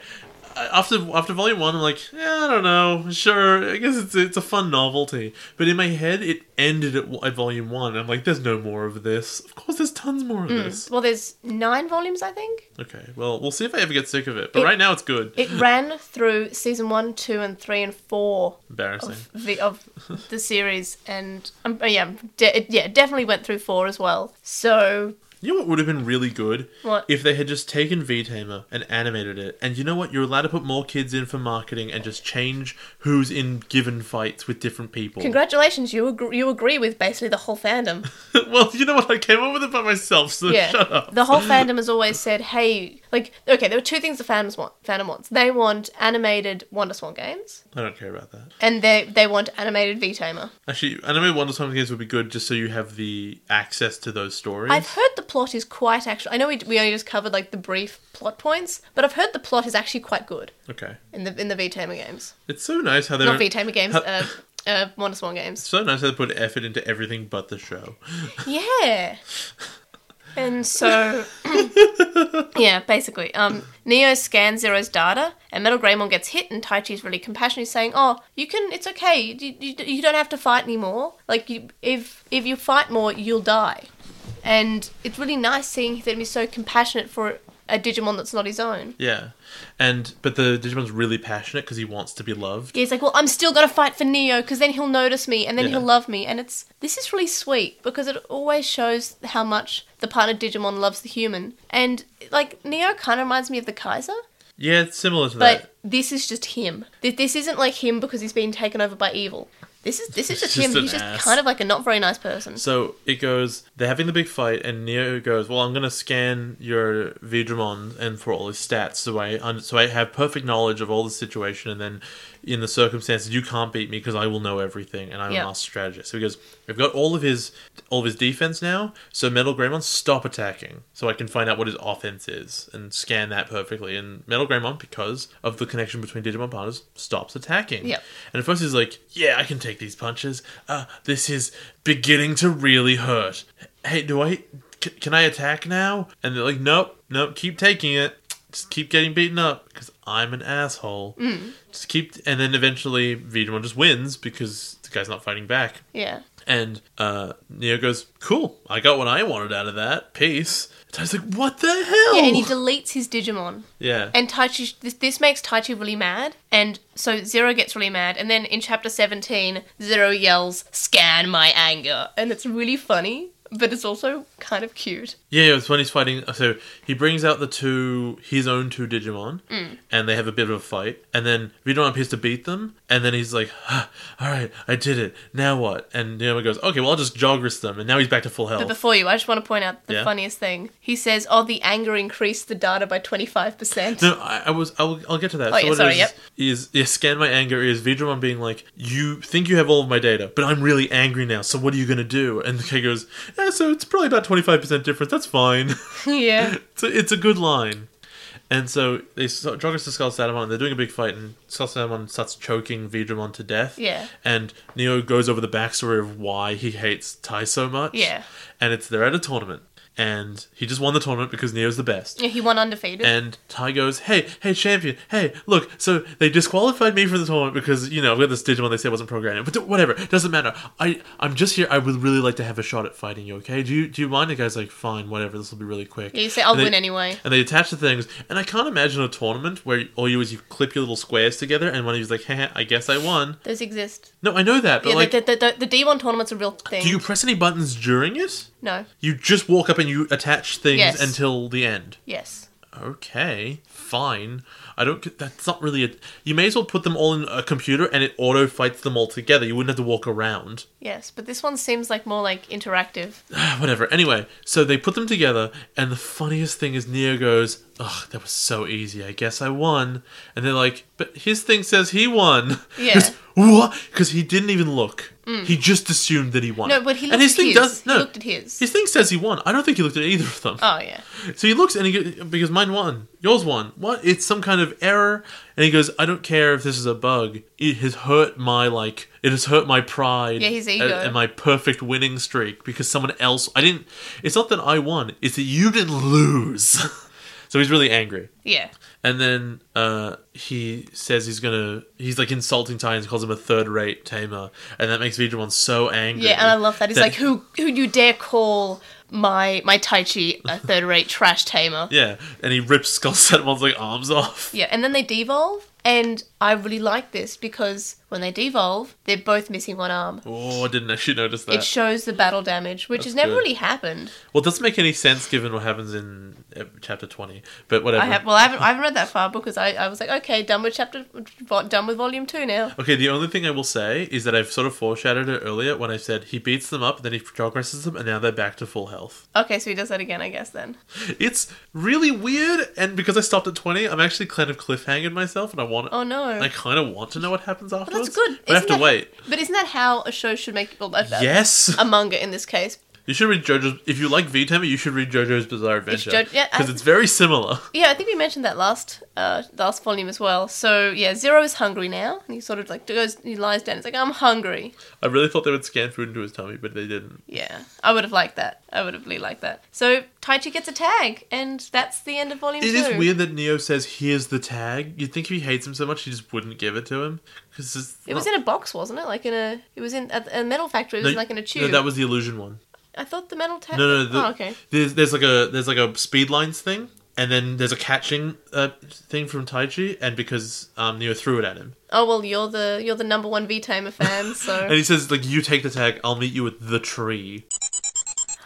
[SPEAKER 3] after after volume one, I'm like, yeah, I don't know, sure, I guess it's it's a fun novelty. But in my head, it ended at, at volume one. I'm like, there's no more of this. Of course, there's tons more of this.
[SPEAKER 2] Well, there's nine volumes, I think.
[SPEAKER 3] Okay, well, we'll see if I ever get sick of it. But
[SPEAKER 2] It-
[SPEAKER 3] right now, it's good.
[SPEAKER 2] It ran through season one, two, and three, and four
[SPEAKER 3] Embarrassing.
[SPEAKER 2] of the of the series, and um, yeah, I'm de- it, yeah, definitely went through four as well. So
[SPEAKER 3] You know what would have been really good?
[SPEAKER 2] What?
[SPEAKER 3] If they had just taken V Tamer and animated it. And you know what? You're allowed to put more kids in for marketing and just change who's in given fights with different people.
[SPEAKER 2] congratulations, you agr you agree with basically the whole fandom.
[SPEAKER 3] well, you know what? I came up with it by myself, so
[SPEAKER 2] Yeah,
[SPEAKER 3] shut up.
[SPEAKER 2] the whole fandom has always said, hey, like okay, there were two things the fandoms want. Fandom wants they want animated Wonder Swan games.
[SPEAKER 3] I don't care about that.
[SPEAKER 2] And they they want animated V Tamer.
[SPEAKER 3] Actually, anime Wonder Swan games would be good just so you have the access to those stories.
[SPEAKER 2] I've heard the plot is quite actually. I know we, we only just covered like the brief plot points, but I've heard the plot is actually quite good
[SPEAKER 3] Okay,
[SPEAKER 2] in the in the V Tamer games.
[SPEAKER 3] it's so nice how they
[SPEAKER 2] Not
[SPEAKER 3] don't-
[SPEAKER 2] V Tamer games,
[SPEAKER 3] how-
[SPEAKER 2] uh, uh, Wonder Swan games.
[SPEAKER 3] so nice how they put effort into everything but the show.
[SPEAKER 2] Yeah. And so, yeah, basically, um, Neo scans Zero's data, and Metal Greymon gets hit, and Tai Chi's really compassionate, saying, "Oh, you can. It's okay. You, you, you don't have to fight anymore. Like, you, if if you fight more, you'll die." and it's really nice seeing them be so compassionate for a Digimon that's not his own.
[SPEAKER 3] Yeah, and but the Digimon's really passionate because he wants to be loved.
[SPEAKER 2] Yeah, he's like, well, I'm still gonna fight for Neo because then he'll notice me and then
[SPEAKER 3] Yeah.
[SPEAKER 2] he'll love me, and it's this is really sweet because it always shows how much the partner Digimon loves the human, and like Neo kind of reminds me of the Kaiser,
[SPEAKER 3] Yeah, it's similar to
[SPEAKER 2] but
[SPEAKER 3] that.
[SPEAKER 2] this is just him. Th- This isn't like him because he's been taken over by evil. This is this is just,
[SPEAKER 3] Just
[SPEAKER 2] him.
[SPEAKER 3] an
[SPEAKER 2] He's just
[SPEAKER 3] ass.
[SPEAKER 2] kind of like a not very nice person.
[SPEAKER 3] So it goes, they're having the big fight, and Neo goes, Well, I'm going to scan your Vidramon and for all his stats so I, un- so I have perfect knowledge of all the situation, and then in the circumstances, you can't beat me because I will know everything and I'm
[SPEAKER 2] Yeah.
[SPEAKER 3] a master strategist. So he goes, I've got all of his all of his defense now, so Metal Greymon, stop attacking so I can find out what his offense is and scan that perfectly. And Metal Greymon, because of the connection between Digimon partners, stops attacking.
[SPEAKER 2] Yep.
[SPEAKER 3] And at first he's like, "Yeah, I can take these punches. Uh, this is beginning to really hurt. Hey, do I? C- can I attack now?" And they're like, "Nope, nope. Keep taking it. Just keep getting beaten up because I'm an asshole.
[SPEAKER 2] Mm.
[SPEAKER 3] Just keep." And then eventually, Vidamon just wins because the guy's not fighting back.
[SPEAKER 2] yeah.
[SPEAKER 3] And uh, Neo goes, "Cool, I got what I wanted out of that. Peace." And I was like, "What the hell?"
[SPEAKER 2] Yeah, and he deletes his Digimon.
[SPEAKER 3] yeah.
[SPEAKER 2] And Taichi, this, this makes Taichi really mad, and so Zero gets really mad. And then in chapter 17, Zero yells, Scan my anger. And it's really funny, but it's also kind of cute.
[SPEAKER 3] Yeah, yeah, it's when he's fighting. So he brings out the two, his own two Digimon,
[SPEAKER 2] Mm.
[SPEAKER 3] and they have a bit of a fight. And then Vidon appears to beat them, and then he's like, "Huh, "All right, I did it. Now what?" And Neo goes, "Okay, well I'll just jogress them." And now he's back to full
[SPEAKER 2] But
[SPEAKER 3] health.
[SPEAKER 2] before you, I just want to point out the
[SPEAKER 3] Yeah.
[SPEAKER 2] funniest thing. He says, Oh, the anger increased the data by 25%.
[SPEAKER 3] no, I, I was. I'll, I'll get to that.
[SPEAKER 2] Oh, yeah,
[SPEAKER 3] what it
[SPEAKER 2] sorry,
[SPEAKER 3] is,
[SPEAKER 2] yep.
[SPEAKER 3] is yeah, scan my anger is Vidramon being like, "You think you have all of my data, but I'm really angry now. So what are you gonna do?" And the guy goes, "Yeah, so it's probably about twenty five percent difference. That's fine."
[SPEAKER 2] yeah.
[SPEAKER 3] it's a, it's a good line. And so they so, Dragus to Skull Satamon, and they're doing a big fight, and Skull Satamon starts choking Vidramon to death.
[SPEAKER 2] Yeah.
[SPEAKER 3] And Neo goes over the backstory of why he hates Tai so much.
[SPEAKER 2] Yeah.
[SPEAKER 3] And it's they're at a tournament, and he just won the tournament because Neo's the best.
[SPEAKER 2] Yeah, he won undefeated.
[SPEAKER 3] And Ty goes, "Hey, hey, champion! Hey, look! So they disqualified me for the tournament because you know I've got this Digimon they said wasn't programmed, but d- whatever, doesn't matter. I I'm just here. I would really like to have a shot at fighting you. Okay? Do you do you mind?" The guy's like, "Fine, whatever. This will be really quick."
[SPEAKER 2] yeah, you say, I'll
[SPEAKER 3] And they-
[SPEAKER 2] win anyway.
[SPEAKER 3] and they attach the things, and I can't imagine a tournament where all you do is you clip your little squares together, and one of you's like, "Heh, heh, I guess I won."
[SPEAKER 2] Those exist.
[SPEAKER 3] No, I know that, but
[SPEAKER 2] Yeah,
[SPEAKER 3] like,
[SPEAKER 2] the, the, the, the D1 tournament's a real thing.
[SPEAKER 3] do you press any buttons during it?
[SPEAKER 2] No.
[SPEAKER 3] You just walk up and you attach things
[SPEAKER 2] Yes.
[SPEAKER 3] until the end.
[SPEAKER 2] Yes.
[SPEAKER 3] Okay, fine. I don't. get- That's not really a. You may as well put them all in a computer, and it auto fights them all together. You wouldn't have to walk around.
[SPEAKER 2] Yes. But this one seems like more like interactive.
[SPEAKER 3] whatever. Anyway, so they put them together, and the funniest thing is Neo goes, "Ugh, that was so easy. I guess I won." And they're like, "But his thing says he won."
[SPEAKER 2] Yeah. Mm.
[SPEAKER 3] He goes, What? Because he didn't even look. He just assumed that he won.
[SPEAKER 2] No, but he looked
[SPEAKER 3] and his
[SPEAKER 2] at
[SPEAKER 3] thing
[SPEAKER 2] his.
[SPEAKER 3] does
[SPEAKER 2] He
[SPEAKER 3] no.
[SPEAKER 2] looked at his.
[SPEAKER 3] His thing says he won. I don't think he looked at either of them.
[SPEAKER 2] Oh, yeah.
[SPEAKER 3] So he looks and he goes, because mine won, yours won. What? It's some kind of error. And he goes, I don't care if this is a bug. It has hurt my like, it has hurt my pride.
[SPEAKER 2] Yeah, his
[SPEAKER 3] and-
[SPEAKER 2] ego.
[SPEAKER 3] And, my perfect winning streak because someone else. I didn't. It's not that I won. It's that you didn't lose. so he's really angry.
[SPEAKER 2] Yeah.
[SPEAKER 3] And then uh, he says he's gonna. He's like insulting Ty and calls him a third-rate tamer, and that makes Vidramon so angry.
[SPEAKER 2] Yeah, and I love that. He's
[SPEAKER 3] that-
[SPEAKER 2] like, who who you dare call my my Tai Chi a third rate trash tamer? Yeah.
[SPEAKER 3] Yeah, and he rips Skull Satamon's like arms off.
[SPEAKER 2] and then they devolve, and I really like this because when they devolve, they're both missing one arm.
[SPEAKER 3] Oh, I didn't actually notice that.
[SPEAKER 2] It shows the battle damage, which has never
[SPEAKER 3] good.
[SPEAKER 2] really happened.
[SPEAKER 3] Well, it doesn't make any sense given what happens in uh, chapter 20, but whatever.
[SPEAKER 2] I have well, I haven't I haven't read that far because I, I was like, okay, done with chapter, vo- done with volume two now.
[SPEAKER 3] okay, the only thing I will say is that I've sort of foreshadowed it earlier when I said he beats them up, then he progresses them, and now they're back to full health.
[SPEAKER 2] Okay, so he does that again, I guess then.
[SPEAKER 3] It's really weird, and because I stopped at 20, I'm actually kind of cliffhanging myself, and I want
[SPEAKER 2] Oh no.
[SPEAKER 3] I kind of want to know what happens
[SPEAKER 2] Well,
[SPEAKER 3] afterwards.
[SPEAKER 2] that's good.
[SPEAKER 3] But I have
[SPEAKER 2] Isn't
[SPEAKER 3] to
[SPEAKER 2] that-
[SPEAKER 3] wait.
[SPEAKER 2] But isn't that how a show should make? Well, a,
[SPEAKER 3] Yes,
[SPEAKER 2] a manga in this case,
[SPEAKER 3] you should read JoJo's. If you like VTamer, you should read JoJo's Bizarre Adventure
[SPEAKER 2] Jo-
[SPEAKER 3] because
[SPEAKER 2] yeah, I-
[SPEAKER 3] it's very similar.
[SPEAKER 2] Yeah, I think we mentioned that last uh, last volume as well. So yeah, Zero is hungry now, and he sort of like goes, he lies down. It's like I'm hungry.
[SPEAKER 3] I really thought they would scan food into his tummy, but they didn't.
[SPEAKER 2] Yeah, I would have liked that. I would have really liked that. So Taichi gets a tag, and that's the end of volume
[SPEAKER 3] It
[SPEAKER 2] two.
[SPEAKER 3] is weird that Neo says, "Here's the tag." You'd think if he hates him so much, he just wouldn't give it to him. Because
[SPEAKER 2] It was in a box, wasn't it? Like in a, it was in a, a metal factory. It was in, like in a tube.
[SPEAKER 3] No, that was the illusion one.
[SPEAKER 2] I thought the metal tag.
[SPEAKER 3] No, no. The,
[SPEAKER 2] oh, okay.
[SPEAKER 3] There's there's like a there's like a speed lines thing, and then there's a catching uh, thing from Taichi, and because um Neo threw it at him,
[SPEAKER 2] Oh well, you're the you're the number one V Tamer fan,
[SPEAKER 3] and
[SPEAKER 2] so
[SPEAKER 3] he says like you take the tag, I'll meet you with the tree.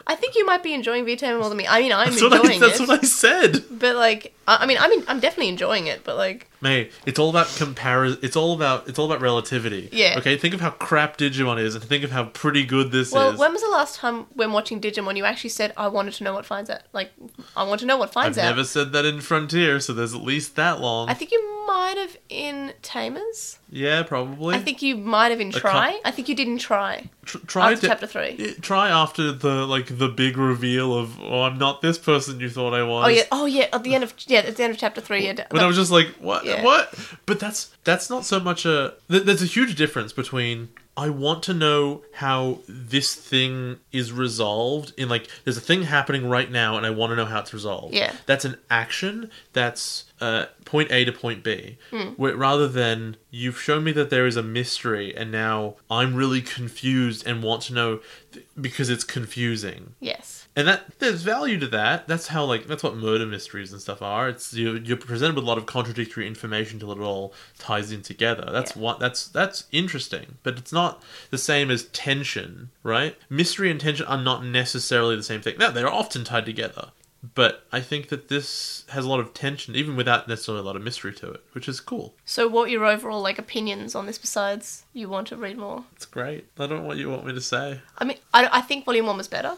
[SPEAKER 2] I think you might be enjoying V Tamer more than me. I mean, I'm
[SPEAKER 3] That's what I
[SPEAKER 2] enjoying
[SPEAKER 3] that's
[SPEAKER 2] it,
[SPEAKER 3] what I said.
[SPEAKER 2] but like, I, I mean, I mean, I'm definitely enjoying it, but like,
[SPEAKER 3] Mate, it's all about comparison. It's all about it's all about relativity.
[SPEAKER 2] Yeah.
[SPEAKER 3] Okay. Think of how crap Digimon is, and think of how pretty good this
[SPEAKER 2] well,
[SPEAKER 3] is.
[SPEAKER 2] when was the last time when watching Digimon you actually said, "I wanted to know what finds out"? Like, I want to know what
[SPEAKER 3] I've
[SPEAKER 2] finds out.
[SPEAKER 3] never said that in Frontier, so there's at least that long.
[SPEAKER 2] I think you might have in Tamers.
[SPEAKER 3] yeah, probably.
[SPEAKER 2] I think you might have in
[SPEAKER 3] cou-
[SPEAKER 2] Try. I think you did in Try.
[SPEAKER 3] Tr- try
[SPEAKER 2] after
[SPEAKER 3] to-
[SPEAKER 2] chapter three.
[SPEAKER 3] Yeah, try after the like the big reveal of oh, I'm not this person you thought I was.
[SPEAKER 2] Oh yeah. Oh yeah. At the end of yeah, at the end of chapter three. Yeah.
[SPEAKER 3] When I was just like, what?
[SPEAKER 2] Yeah.
[SPEAKER 3] What? But that's that's not so much a. Th- there's a huge difference between I want to know how this thing is resolved in like there's a thing happening right now and I want to know how it's resolved.
[SPEAKER 2] Yeah.
[SPEAKER 3] That's an action. That's uh, point A to point B.
[SPEAKER 2] Hmm.
[SPEAKER 3] Where, rather than you've shown me that there is a mystery and now I'm really confused and want to know th- because it's confusing
[SPEAKER 2] yes.
[SPEAKER 3] and that there's value to that. That's how like that's what murder mysteries and stuff are. It's you you're presented with a lot of contradictory information till it all ties in together. That's
[SPEAKER 2] Yeah.
[SPEAKER 3] what that's that's interesting, but it's not the same as tension, right? Mystery and tension are not necessarily the same thing. No, they're often tied together. But I think that this has a lot of tension, even without necessarily a lot of mystery to it, which is cool.
[SPEAKER 2] So what are your overall like opinions on this? Besides, you want to read more.
[SPEAKER 3] It's great. I don't know what you want me to say.
[SPEAKER 2] I mean, I, I think volume one was better.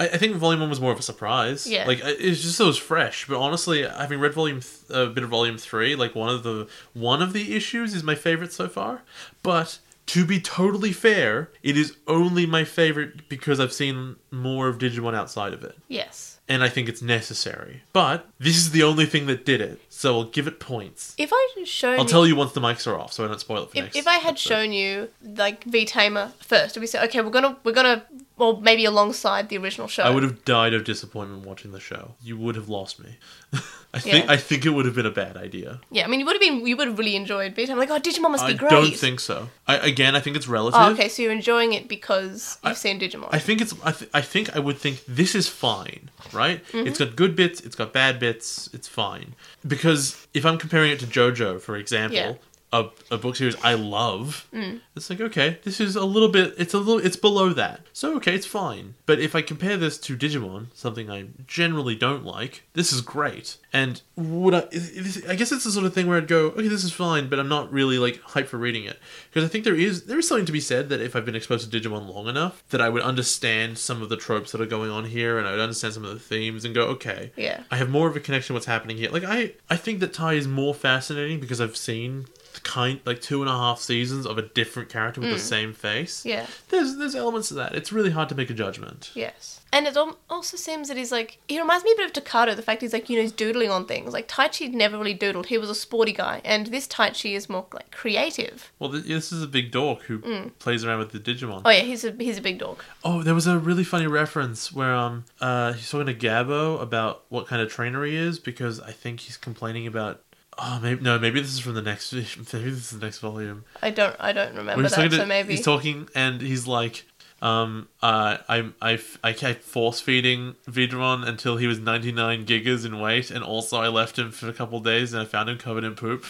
[SPEAKER 3] I, I think Volume One was more of a surprise.
[SPEAKER 2] Yeah.
[SPEAKER 3] like I- it's just it was fresh. But honestly, having read Volume th- a bit of Volume Three, like one of the one of the issues is my favorite so far. But to be totally fair, it is only my favorite because I've seen more of Digimon outside of it,
[SPEAKER 2] Yes.
[SPEAKER 3] and I think it's necessary. But this is the only thing that did it, so I'll give it points.
[SPEAKER 2] If I had shown
[SPEAKER 3] I'll tell you once the mics are off, so I don't spoil it for
[SPEAKER 2] if,
[SPEAKER 3] next.
[SPEAKER 2] if I had
[SPEAKER 3] episode.
[SPEAKER 2] shown you like V Tamer first, and we said, okay, we're gonna we're gonna, or maybe alongside the original show.
[SPEAKER 3] I would have died of disappointment watching the show. You would have lost me. I think
[SPEAKER 2] Yeah.
[SPEAKER 3] I think it would have been a bad idea.
[SPEAKER 2] Yeah, I mean, you would have been you would have really enjoyed V Tamer. Like, oh, Digimon must
[SPEAKER 3] I
[SPEAKER 2] be great.
[SPEAKER 3] don't think so. I, again, I think it's relative.
[SPEAKER 2] Oh, okay, so you're enjoying it because you've
[SPEAKER 3] I-
[SPEAKER 2] seen Digimon.
[SPEAKER 3] I think it's. I, th- I think I would think this is fine, right?
[SPEAKER 2] Mm-hmm.
[SPEAKER 3] It's got good bits. It's got bad bits. It's fine because if I'm comparing it to JoJo, for example,
[SPEAKER 2] Yeah.
[SPEAKER 3] a, a book series I love, it's like okay, this is a little bit. It's a little. It's below that, so okay, it's fine. But if I compare this to Digimon, something I generally don't like, this is great. And would I? is- is- I guess it's the sort of thing where I'd go, okay, this is fine, but I'm not really like hyped for reading it because I think there is there is something to be said that if I've been exposed to Digimon long enough, that I would understand some of the tropes that are going on here, and I would understand some of the themes, and go, okay,
[SPEAKER 2] Yeah.
[SPEAKER 3] I have more of a connection with what's happening here. Like I, I think that Tai is more fascinating because I've seen the kind like two and a half seasons of a different character with the same face.
[SPEAKER 2] Yeah.
[SPEAKER 3] There's there's elements to that. It's really hard to make a judgment.
[SPEAKER 2] Yes. And it al- also seems that he's like, he reminds me a bit of Takato, the fact he's like, you know, he's doodling on things. Like, Tai Chi never really doodled. He was a sporty guy. And this Tai Chi is more like creative.
[SPEAKER 3] Well, th- this is a big dork who plays around with the Digimon.
[SPEAKER 2] Oh, yeah, he's a, he's a big dog.
[SPEAKER 3] Oh, there was a really funny reference where um uh he's talking to Gabbo about what kind of trainer he is because I think he's complaining about oh maybe no maybe this is from the next maybe this is the next volume.
[SPEAKER 2] I don't, I don't remember
[SPEAKER 3] Where he's
[SPEAKER 2] that,
[SPEAKER 3] talking
[SPEAKER 2] so
[SPEAKER 3] to-
[SPEAKER 2] maybe.
[SPEAKER 3] he's talking and he's like um uh I I I kept force feeding Vidron until he was 99 gigas in weight and also I left him for a couple days and I found him covered in poop.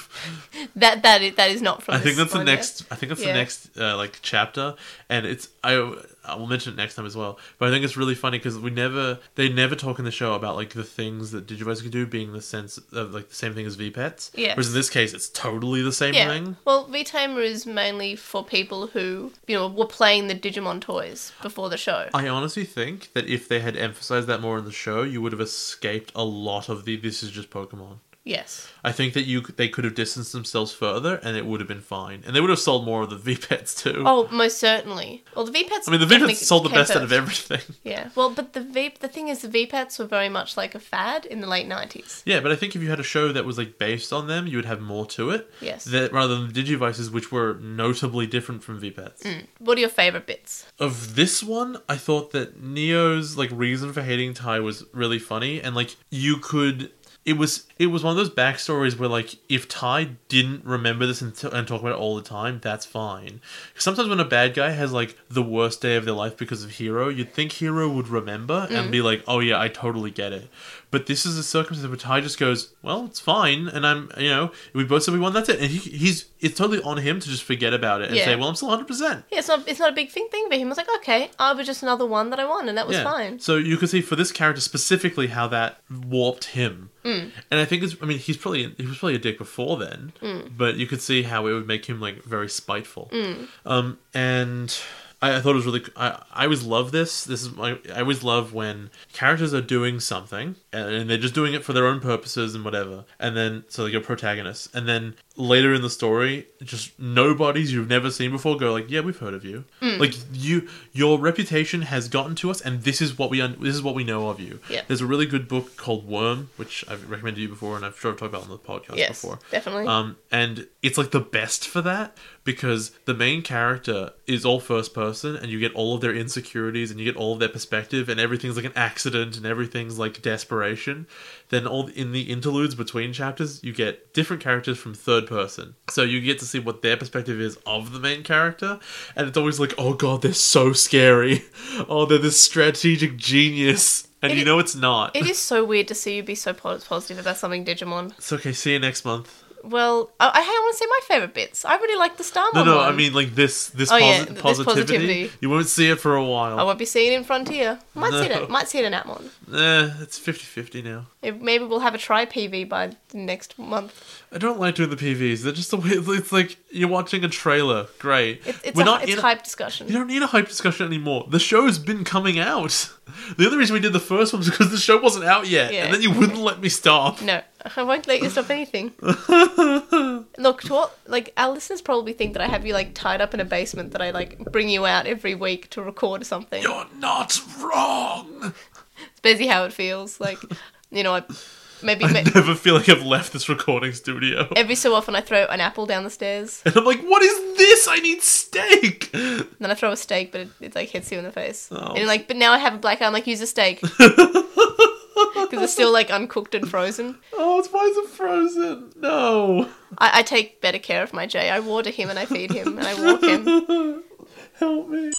[SPEAKER 2] that, that, is, that is not from
[SPEAKER 3] I
[SPEAKER 2] this
[SPEAKER 3] think that's the
[SPEAKER 2] one, yeah.
[SPEAKER 3] next. I think that's
[SPEAKER 2] Yeah.
[SPEAKER 3] the next uh, like chapter, and it's I. I will mention it next time as well. But I think it's really funny because we never they never talk in the show about like the things that Digivice can do being the sense of like the same thing as VPets.
[SPEAKER 2] Yes.
[SPEAKER 3] Whereas in this case, it's totally the same thing.
[SPEAKER 2] Well, V-Tamer is mainly for people who, you know, were playing the Digimon toys before the show.
[SPEAKER 3] I honestly think that if they had emphasized that more in the show, you would have escaped a lot of the this is just Pokemon.
[SPEAKER 2] yes.
[SPEAKER 3] I think that you they could have distanced themselves further, and it would have been fine, and they would have sold more of the VPets too.
[SPEAKER 2] Oh, most certainly. Well, the V-Pets...
[SPEAKER 3] I mean, the
[SPEAKER 2] definitely
[SPEAKER 3] VPets sold the
[SPEAKER 2] came
[SPEAKER 3] best out
[SPEAKER 2] first.
[SPEAKER 3] of everything.
[SPEAKER 2] Yeah. Well, but the V the thing is the V-Pats were very much like a fad in the late 90s.
[SPEAKER 3] Yeah, but I think if you had a show that was like based on them, you would have more to it.
[SPEAKER 2] Yes.
[SPEAKER 3] That rather than the Digivices, which were notably different from
[SPEAKER 2] Mm.
[SPEAKER 3] VPets.
[SPEAKER 2] What are your favorite bits?
[SPEAKER 3] Of this one, I thought that Neo's like reason for hating Tai was really funny, and like you could. it was it was one of those backstories where like if Ty didn't remember this and, t- and talk about it all the time, that's fine. Sometimes when a bad guy has like the worst day of their life because of Hero, you'd think Hero would remember and be like, "Oh yeah, I totally get it." But this is a circumstance where Ty just goes, "Well, it's fine," and I'm you know we both said we won. That's it, and he, he's it's totally on him to just forget about it and
[SPEAKER 2] Yeah.
[SPEAKER 3] say, "Well, I'm still 100." percent
[SPEAKER 2] Yeah, it's not it's not a big thing thing for him. I was like, okay, I was just another one that I won, and that was fine.
[SPEAKER 3] So you can see for this character specifically how that warped him. Mm. And I think it's I mean he's probably he was probably a dick before then,
[SPEAKER 2] Mm.
[SPEAKER 3] but you could see how it would make him like very spiteful. Um and I, I thought it was really I, I always love this. This is my I always love when characters are doing something and, and they're just doing it for their own purposes and whatever. And then so like a protagonist and then later in the story just nobodies you've never seen before go like yeah we've heard of you
[SPEAKER 2] Mm.
[SPEAKER 3] like you your reputation has gotten to us and this is what we un- this is what we know of you
[SPEAKER 2] Yeah.
[SPEAKER 3] there's a really good book called worm which i've recommended to you before and i'm sure i've talked about on the podcast
[SPEAKER 2] Yes,
[SPEAKER 3] before
[SPEAKER 2] definitely.
[SPEAKER 3] um, and it's like the best for that because the main character is all first person, and you get all of their insecurities, and you get all of their perspective, and everything's like an accident, and everything's like desperation. Then all in the interludes between chapters, you get different characters from third person, so you get to see what their perspective is of the main character, and it's always like, oh god, they're so scary, oh they're this strategic genius, and
[SPEAKER 2] It
[SPEAKER 3] you
[SPEAKER 2] i-
[SPEAKER 3] know it's not.
[SPEAKER 2] It is so weird to see you be so po- positive about something Digimon.
[SPEAKER 3] it's okay. See you next month.
[SPEAKER 2] Well, I, I, hey, I want to say my favorite bits. I really like the Starmon
[SPEAKER 3] No, no,
[SPEAKER 2] one.
[SPEAKER 3] I mean like this this,
[SPEAKER 2] Oh,
[SPEAKER 3] posi-
[SPEAKER 2] yeah, this
[SPEAKER 3] positivity.
[SPEAKER 2] positivity. Oh.
[SPEAKER 3] You won't see it for a while.
[SPEAKER 2] I won't be seeing it in Frontier. Might see
[SPEAKER 3] No.
[SPEAKER 2] it. Might see it in Atmon.
[SPEAKER 3] eh, it's 50-50 now.
[SPEAKER 2] It- Maybe we'll have a try PV by next month.
[SPEAKER 3] I don't like doing the PVs. They're just the way it's like you're watching a trailer. Great.
[SPEAKER 2] It's, it's
[SPEAKER 3] We're
[SPEAKER 2] a,
[SPEAKER 3] not
[SPEAKER 2] it's
[SPEAKER 3] in.
[SPEAKER 2] hype discussion.
[SPEAKER 3] you don't need a hype discussion anymore. The show's been coming out. The only reason we did the first one was because the show wasn't out yet,
[SPEAKER 2] Yeah.
[SPEAKER 3] and then you wouldn't let me stop.
[SPEAKER 2] No, I won't let you stop anything. Look, to all, like our listeners probably think that I have you like tied up in a basement that I like bring you out every week to record something.
[SPEAKER 3] You're not wrong.
[SPEAKER 2] It's busy how it feels. Like, you know, I maybe ma-
[SPEAKER 3] Never feel like I've left this recording studio.
[SPEAKER 2] every so often I throw an apple down the stairs,
[SPEAKER 3] And I'm like, what is this? I need steak.
[SPEAKER 2] and then I throw a steak, but it, it like hits you in the face.
[SPEAKER 3] Oh.
[SPEAKER 2] And like, but now I have a black eye. I'm like, use a steak because it's still like uncooked and frozen.
[SPEAKER 3] Oh, it's why is it frozen? No.
[SPEAKER 2] I, I take better care of my Jay. I water him and I feed him and I walk him.
[SPEAKER 3] Help me.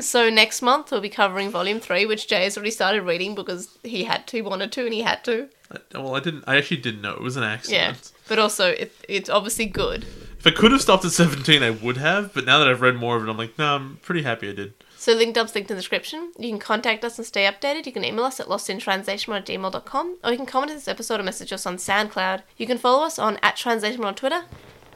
[SPEAKER 2] So next month we'll be covering volume three, which Jay has already started reading because he had to, he wanted to, and he had to.
[SPEAKER 3] Uh, Well, I didn't. I actually didn't know it was an
[SPEAKER 2] Yeah,
[SPEAKER 3] accident.
[SPEAKER 2] but also it, it's obviously good.
[SPEAKER 3] If I could have stopped at seventeen, I would have. But now that I've read more of it, I'm like, no, I'm pretty happy I did.
[SPEAKER 2] So link dub's linked in the description. You can contact us and stay updated. You can email us at lostintranslation at gmail.com or you can comment on this episode or message us on SoundCloud. You can follow us on at translation on Twitter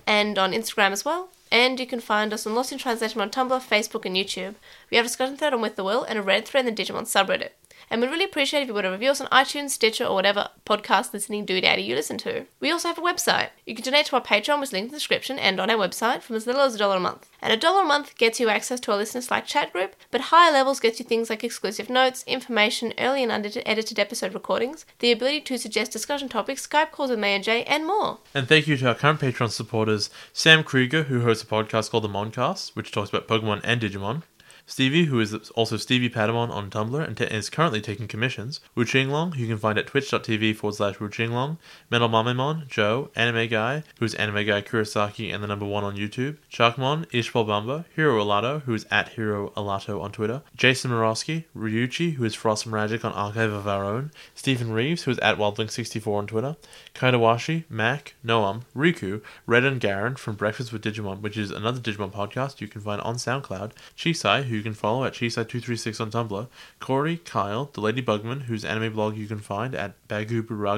[SPEAKER 2] and on Instagram as well. And you can find us on Lost in Translation on Tumblr, Facebook, and YouTube. We have a discussion thread on With the Will and a red thread in the Digimon subreddit. And we'd really appreciate if you would review us on iTunes, Stitcher, or whatever podcast listening doodaddy you listen to. We also have a website. You can donate to our Patreon, which is linked in the description, and on our website from as little as a dollar a month. And a dollar a month gets you access to our listeners like chat group, but higher levels gets you things like exclusive notes, information, early and unedited episode recordings, the ability to suggest discussion topics, Skype calls with May and Jay, and more.
[SPEAKER 3] And thank you to our current Patreon supporters Sam Krieger, who hosts a podcast called The Moncast, which talks about Pokemon and Digimon. Stevie, who is also Stevie Patamon on Tumblr and t- is currently taking commissions. Wu Qinglong, who you can find at twitch.tv forward slash Wu Qinglong. Metal Mamemon, Joe, Anime Guy, who is Anime Guy Kurosaki and the number one on YouTube. Sharkmon, Ishpal Bamba, Hiro Alato, who is at Hiro Alato on Twitter. Jason Morosky, Ryuchi, who is Frost Magic on Archive of Our Own. Stephen Reeves, who is at Wildling64 on Twitter. Kaitawashi, Mac, Noam, Riku, Red and Garen from Breakfast with Digimon, which is another Digimon podcast you can find on SoundCloud, Chisai, who you can follow at Chisai236 on Tumblr, Corey, Kyle, the Lady Bugman, whose anime blog you can find at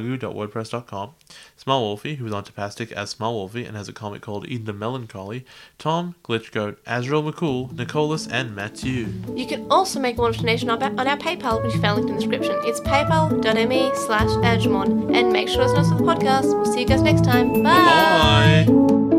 [SPEAKER 3] baguburagu.wordpress.com, Small Wolfie, who is on Tapastic as Small Wolfie and has a comic called Eden the Melancholy, Tom, Glitchgoat, Azrael McCool, Nicholas, and Matthew.
[SPEAKER 2] You can also make a wonderful donation on our- on our PayPal, which you found linked in the description. It's paypal.me slash Edgemon. And make sure to listen to the podcast. We'll see you guys next time. Bye.
[SPEAKER 3] Bye!